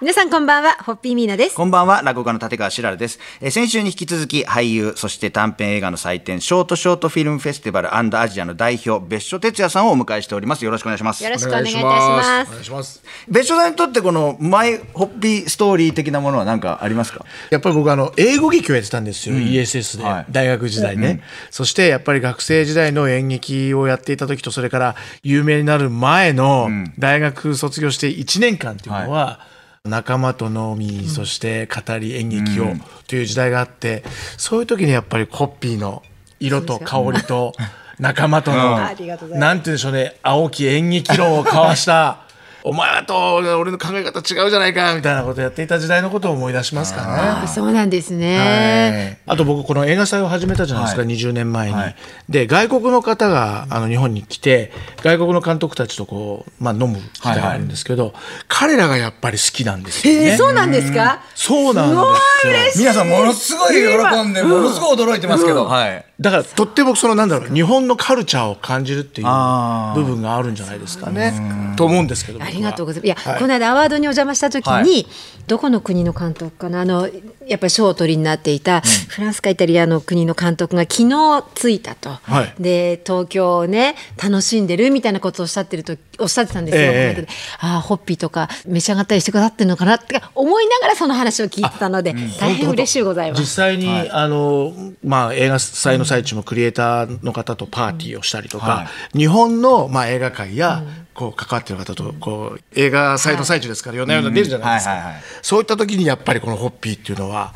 皆さんこんばんは、ホッピーミーナです。こんばんは、落語家の立川しらるです。えー先週に引き続き、俳優、そして短編映画の祭典、ショートショートフィルムフェスティバルアジアの代表、別所哲也さんをお迎えしております。よろしくお願いします。よろしくおお願願いいいしたしま。ますす。願いします。別所さんにとって、この、マイホッピーストーリー的なものは何かありますかやっぱり僕あの英語劇をやってたんですよ、ESS で、はい大学時代ね、そしてやっぱり学生時代の演劇をやっていた時とそれから有名になる前の大学卒業して1年間っていうのは、仲間と飲み、そして語り演劇をという時代があってそういう時にやっぱりコッピーの色と香りと仲間との、なんて言うんでしょうね青き演劇論を交わした。お前らと俺の考え方違うじゃないかみたいなことやっていた時代のことを思い出しますからね。あそうなんですね。あと僕この映画祭を始めたじゃないですか、はい20年前に、はいで外国の方があの日本に来て外国の監督たちとこう、まあ、飲む機会があるんですけど、彼らがやっぱり好きなんですよえねー、そうなんですかそうなんですよすごい嬉しい皆さん、ものすごい喜んで、ものすごい驚いてますけど。はい。だからとってもそのなんだろう日本のカルチャーを感じるっていうあー部分があるんじゃないですかねと思うんですけど僕あはりがとうございます。いや、はいこの間アワードにお邪魔した時に、はいどこの国の監督かなあのやっぱり賞をお取りになっていた、フランスかイタリアの国の監督が昨日着いたと、はいで東京をね楽しんでるみたいなことをおっしゃってるとおっしゃってたんですよ。ええコメントでああホッピーとか召し上がったりしてくださってるのかなって思いながらその話を聞いてたので、大変嬉しいございま実す。際に、あのまあ、映画祭の最中もクリエイターの方とパーティーをしたりとはか、日本の、まあ、映画界や、こう関わってる方とこう映画祭の最中ですから、夜な夜な出るじゃないですか、うんはいはいはいそういった時にやっぱりこのホッピーっていうのは、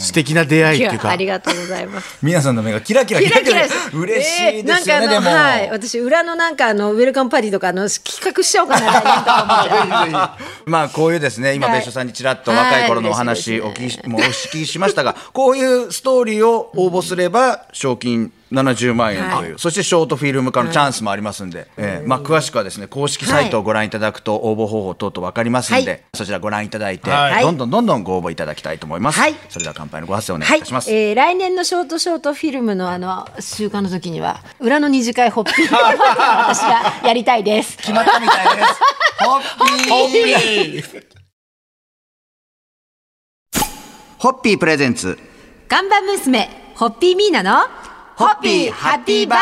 素敵な出会いっていういやかありがとうございます。 皆さんの目がキラキラキラキラです嬉しいですよえね、ーなでんも。かあのはい、私裏のなんかあのウェルカムパーティーとかあの企画しちゃおうかななんか思って まあこういうですね今はい別所さんにちらっと若い頃のお話はいお聞嬉しいですきもうお聞きし ましたがこういうストーリーを応募すれば賞金70万円という、そしてショートフィルム化のチャンスもありますんで、ええまあ、詳しくはですね公式サイトをご覧いただくと応募方法等々分かりますんで、はいそちらご覧いただいて、はいどんどんどんどんご応募いただきたいと思います、はいそれでは乾杯のご発声お願はいいいたします、、えー来年のショートショートフィルムのあの週間の時には裏の二次会ホッピ ー私がやりたいです。決まったみたいです ホッピーホッピープレゼンツガンバ娘ホッピーミーナのホッピーハッピーバー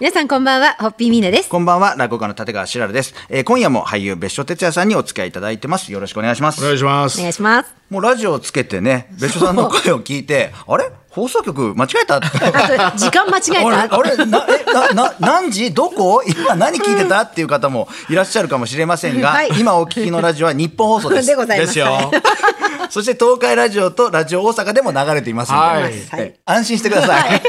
皆さんこんばんはホッピーミーナです。こんばんは、落語家の立川しらるです。えー今夜も俳優別所哲也さんにお付き合いいただいてます。よろしくお願いしまお願す。いしま おす願いします。もうラジオをつけてね、別所さんの声を聞いて、あれ放送局間違えたって。ああと時間間違れ えた。あれなえなな何時どこ今何聞いてたっていう方もいらっしゃるかもしれませんが、はい今お聞きのラジオは日本放送です。でございます。ですよ そして東海ラジオとラジオ大阪でも流れていますので、はいえ安心してください。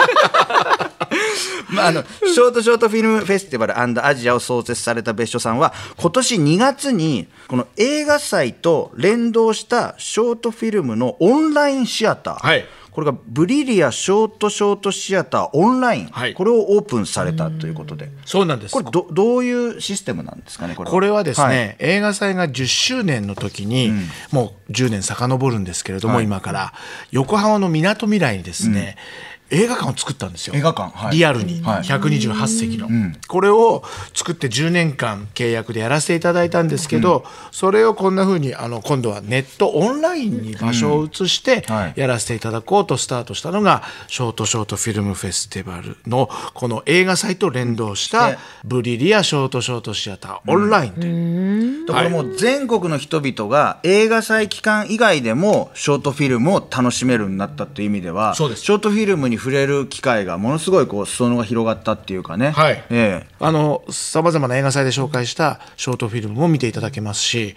まあ、あのショートショートフィルムフェスティバルアジアを創設された別所さんは今年2月にこの映画祭と連動したショートフィルムのオンラインシアター、はいこれがブリリアショートショートシアターオンライン、はいこれをオープンされたということでそうなんですこれどどういうシステムなんですかねこれはこれはですね、い映画祭が10周年の時に、もう10年遡るんですけれども、今から横浜のみなとみらいにですね、映画館を作ったんですよ映画館はいリアルに、はい128席の、これを作って10年間契約でやらせていただいたんですけど、それをこんな風にあの今度はネットオンラインに場所を移してうんはいやらせていただこうとスタートしたのがショートショートフィルムフェスティバルのこの映画祭と連動したブリリアショートショートシアターオンラインというだからもう全国の人々が映画祭期間以外でもショートフィルムを楽しめるようになったという意味ではそうですショートフィルムに触れる機会がものすごいこう裾野が広がったっていうかね、はいええあの、さまざまな映画祭で紹介したショートフィルムも見ていただけますし、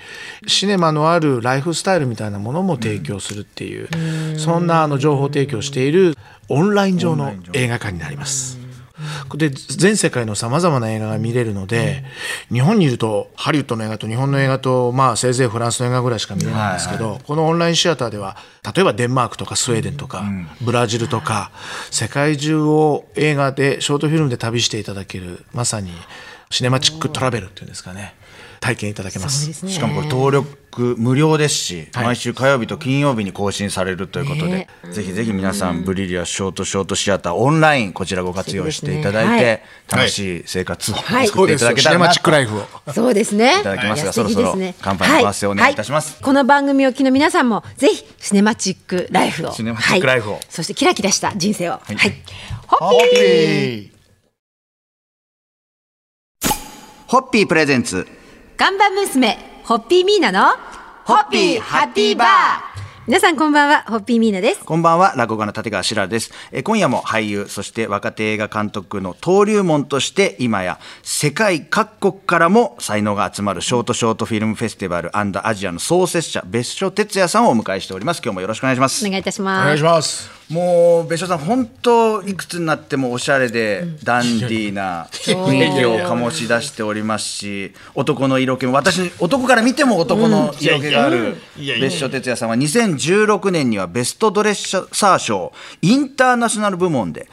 シネマのあるライフスタイルみたいなものも提供するっていう、そんなあの情報提供しているオンライン上の映画館になります。で全世界のさまざまな映画が見れるので、日本にいるとハリウッドの映画と日本の映画と、まあ、せいぜいフランスの映画ぐらいしか見れないんですけど、このオンラインシアターでは例えばデンマークとかスウェーデンとか、ブラジルとか世界中を映画でショートフィルムで旅していただけるまさにシネマチックトラベルっていうんですかね体験いただけそまうすですねしかもこれ登録無料ですし、はい毎週火曜日と金曜日に更新されるということで、ぜひぜひ皆さん、ブリリアショートショートシアターオンラインこちらご活用していただいて、そうで楽しい生活をはい送っていただけたらシネなマとチックライフをそうですね。いただきますがや素敵そろそろですね乾杯のご発声をお願いいたしますははこの番組をお聞きの皆さんもぜひシネマチックライフを、シネマチックライフをはいそしてキラキラした人生を、はい、ホホッッピピー。ーホッピープレゼンツ看板娘ホッピーミーナのホッピーハッピーバー。皆さんこんばんはホッピーミーナです。こんばんは、落語家の立川しらくです。えー今夜も俳優、そして若手映画監督の登竜門として、今や世界各国からも才能が集まるショートショートフィルムフェスティバルアジアの創設者、別所哲也さんをお迎えしております。今日もよろしくお願いします。お願いいたしおま願すいし。ますもう別所さん本当いくつになってもおしゃれで、ダンディ ーな雰囲気を醸し出しておりますし男の色気も私に男から見ても男の色気があるいやいや別所哲也さんは2016年にはベストドレッサー賞インターナショナル部 門で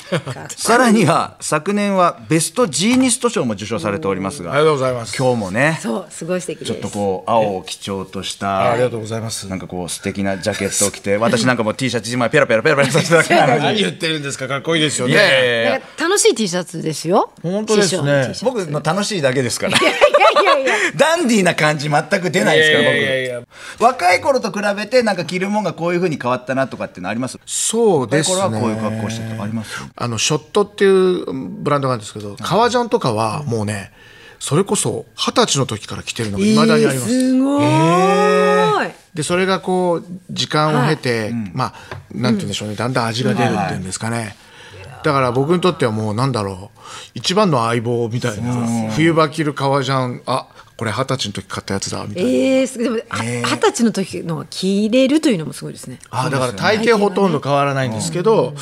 さらには昨年はベストジーニスト賞も受賞されておりますありががとうございます今日もねそうすごい素敵です。ちょっとこう青を基調としたありがとうございますなんかこう素敵なジャケットを着て私なんかもう T シャツ一枚ペラペラペラペラさせただけなのに 何言ってるんですかかっこいいですよねいやいやいやなんか楽しい T シャツですよ。本当です師ね匠の T シャツ僕の楽しいだけですから。いやいやいや。ダンディーな感じ全く出ないですから、僕。いやいやいや若い頃と比べて、なんか着るもんがこういう風に変わったなとかってのあります。そうですね若い頃はこういう格好してとかあります。あのショットっていうブランドがあるんですけど革ジャンとかはもうねそれこそ二十歳の時から着てるのがいまだにありますすごーい。でそれがこう時間を経て、まあなんて言うんでしょうね、だんだん味が出るっていうんですかね、だから僕にとってはもうなんだろう一番の相棒みたいな冬場着る革ジャンあこれ二十歳の時買ったやつだみたいな、ええすでもあ二十、歳の時のが着れるというのもすごいですね。あだから体型ほとんど変わらないんですけど、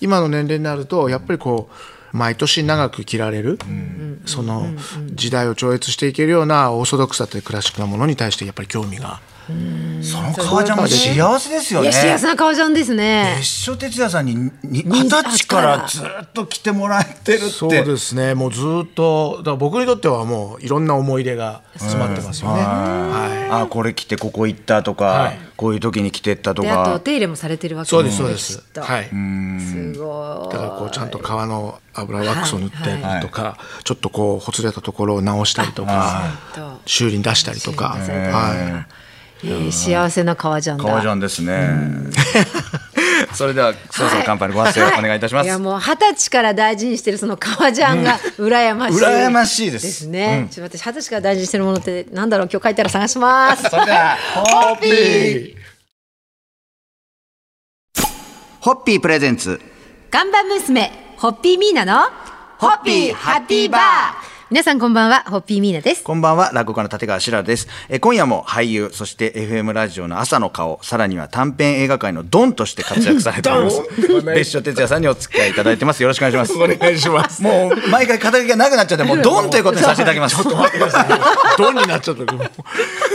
今の年齢になるとやっぱりこう毎年長く着られる、その時代を超越していけるようなオーソドックスだったりクラシックなものに対してやっぱり興味が。その革ジャンも幸せですよねいや。幸せな顔じゃんですね別。所哲也さんにに二十歳からずっと着てもらってるって。そうですねもうずっとだから僕にとってはもういろんな思い出が詰まってますよね、はい、あ、これ着てここ行ったとか、こういう時に着てったとであとおか。手入れもされてるわけそうですそうです、きっとはいすごだからこうちゃんと皮の油ワックスを塗ってはいはいとか、ちょっとこうほつれたところを直したりとかい。と修理に出したりとか、修理に出されたりとかはえー幸せな革ジャンだ。革ジャンですね。 それでは、そろそろ乾杯のご発声をお願いいたしまいす。やもう二十歳から大事にしてるその革ジャンが羨ましい。羨ましいですですね。ちょっと私二十歳から大事にしてるものってなんだろう今日書いたら探します。それでは、ホッピーホッピープレゼンツ。 看板娘ホッピーミーナのホッピーハッピーバー皆さんこんばんはホッピーミーナですこんばんは、落語家の立川しらくです。えー今夜も俳優、そして FM ラジオの朝の顔、さらには短編映画界のドンとして活躍されてお ります。別所哲也さんにお付き合いいただいてます。よろしくお願いし ます。い、お願いしますもう、毎回肩書きがなくなっちゃって、もうドンということにさせていただきます。ドンになっちゃったけど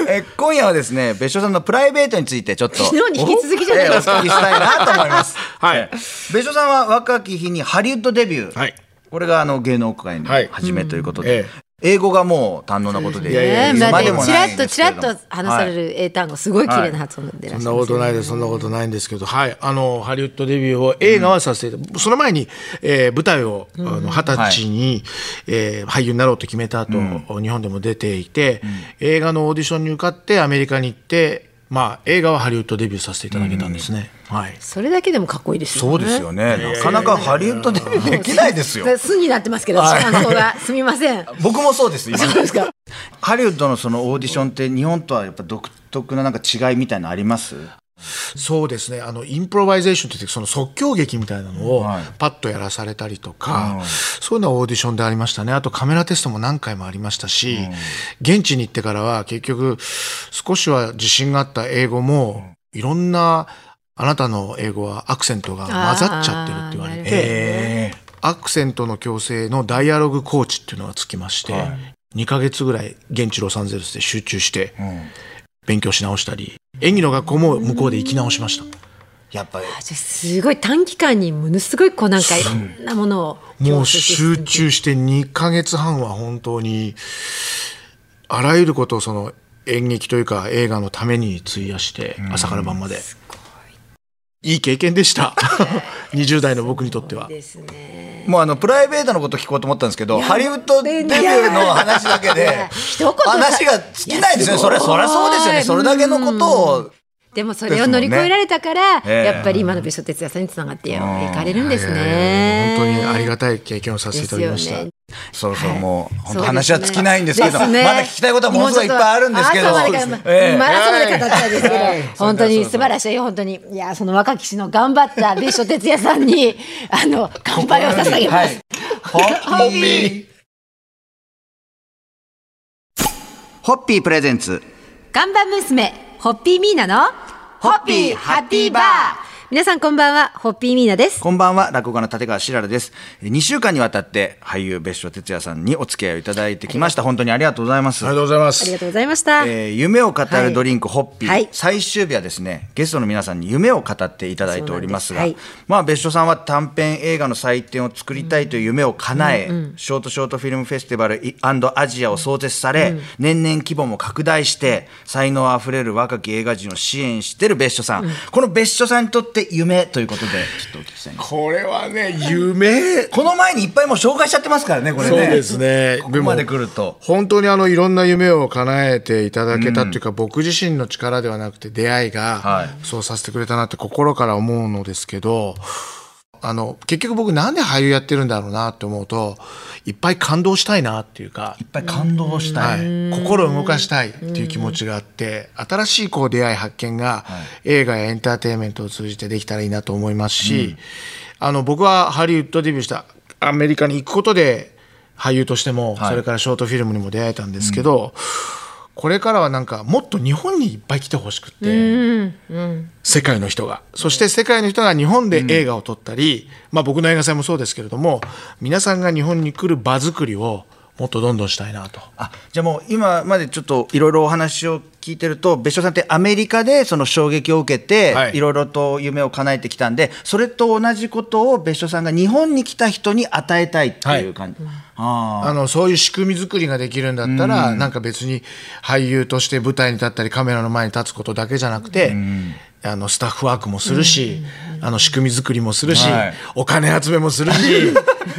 えー今夜はですね、別所さんのプライベートについてちょっと。昨日に引き続きじゃないですかおえーお聞きしたいなと思います。はい別所さんは若き日にハリウッドデビュー、はいこれがあの芸能界のはい初めということで、ええ英語がもう堪能なことで、いやいやいや言うままででもちらないんっでとすちけられっどもと話される英単語すごい綺麗な発音でいらそっんしなゃいまこすとないです、そんなことないんですけど、はい、あの、ハリウッドデビューを映画はさせて、その前に、えー舞台を、あの、二十歳に、えー俳優になろうと決めた後、日本でも出ていて、映画のオーディションに受かって、アメリカに行って、まあ、映画はハリウッドデビューさせていただけたんですね。はい。それだけでもかっこいいですそうですよね、なかなかハリウッドデビューできないですよね巣になってますけど感想がすみません僕も そうです今そうですかハリウッドのそのオーディションって日本とはやっぱ独特ななんか違いみたいなのありますそうですねあのインプロバイゼーションって言ってその即興劇みたいなのをはいパッとやらされたりとか、そういうのはオーディションでありましたねあとカメラテストも何回もありましたし、現地に行ってからは結局少しは自信があった英語もいろんなあなたの英語はアクセントが混ざっちゃってるって言われあーなるほどて。えアクセントの矯正のダイアログコーチっていうのがつきまして、2ヶ月ぐらい現地ロサンゼルスで集中してん勉強し直したり、演技の学校も向こうで行き直しました。やっぱりあじゃあすごい短期間にものすごいこうなんかいろんなものをもう集中して2ヶ月半は本当にあらゆることをその演劇というか映画のために費やして朝から晩まで、いい経験でした 20代の僕にとってはですね。もうあのプライベートのこと聞こうと思ったんですけど、ハリウッドデビューの話だけで一言、さ話が尽きないですね。それ、そりゃそうですよね。それだけのことを。でもそれを乗り越えられたから、すもんねええやっぱり今の別所哲也さんにつながっていかれるんですえね。ー本当にありがたい経験をさせていただきましですた、よねそろそろもう、はい本当話は尽きないんですけど、そうねまだ聞きたいことはものすごいいっぱいあるんですけど。もうちょっと朝までがええマラソンで語ったんですけど、はい本当に素晴らしい、本当に。いや、その若き氏の頑張った別所哲也さ んに、あの、乾杯を捧げはます。い。ホビー。ホッピープレゼンツガンバ娘、ホッピーミーナの、ホッピーハッピーバー。皆さんこんばんは、ホッピーミーナです。こんばんは、落語家の立川しららです。2週間にわたって俳優別所哲也さんにお付き合いをいただいてきました。本当にありがとうございます。りがとうございまありすがとうございました。えー夢を語るドリンク、ホッピー、はい最終日はですねゲストの皆さんに夢を語っていただいておりますがそうなんでまあ、別所さんは短編映画の祭典を作りたいという夢を叶え、ショートショートフィルムフェスティバルアジアを創設され、年々規模も拡大して才能あふれる若き映画人を支援している別所さん、この別所さんにとって夢ということでちょっとお聞きしたいんですこれはね夢この前にいっぱいもう紹介しちゃってますからねこれねそうですねここまで来ると本当にあのいろんな夢を叶えていただけたっていうか、僕自身の力ではなくて出会いはがいそうさせてくれたなって心から思うのですけど、あの結局僕なんで俳優やってるんだろうなって思うといっぱい感動したいなっていうかいっぱい感動したい、はい、心を動かしたいっていう気持ちがあって新しいこう出会い発見が映画やエンターテインメントを通じてできたらいいなと思いますし、あの僕はハリウッドデビューしたアメリカに行くことで俳優としても、いそれからショートフィルムにも出会えたんですけど、これからはなんかもっと日本にいっぱい来てほしくって。世界の人がそして世界の人が日本で映画を撮ったり、まあ、僕の映画祭もそうですけれども皆さんが日本に来る場作りをもっとどんどんしたいなとあじゃあもう今までちょっといろいろお話を聞いてると別所さんってアメリカでその衝撃を受けてはいいろいろと夢を叶えてきたんでそれと同じことを別所さんが日本に来た人に与えたいっていう感じ、ああのそういう仕組み作りができるんだったら、なんか別に俳優として舞台に立ったりカメラの前に立つことだけじゃなくて、あのスタッフワークもするし、あの仕組み作りもするし、はいお金集めもする し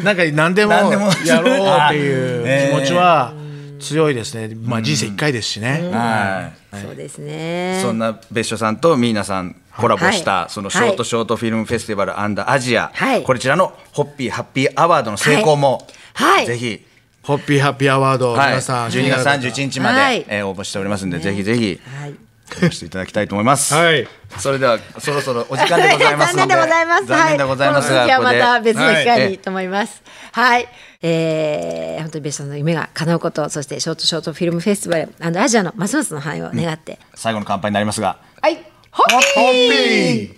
なんか何でも何でもするやろうっていう気持ちは強いですね、まあ、人生一回ですしね。あはいそうですね。そんな別所さんとミーナさんコラボした、はいそのショートショートフィルムフェスティバルアンダーアジア、はいこちらのホッピーハッピーアワードの成功も、はいぜひ、ホッピーハッピーアワード、はい、皆さん12月31日まで、はいえー応募しておりますんで、ぜひぜひはい。応募していただきたいと思います。はい それではそろそろお時間でございますので 残念でございます。残念でございますが、はい、この続きはまたここで別の機は会いにと思います。はい、えー本当にベストの夢が叶うこと、そしてショートショートフィルムフェスティバルアジアのますますの繁栄を願って、最後の乾杯になりますがはい、ホッピーホッピー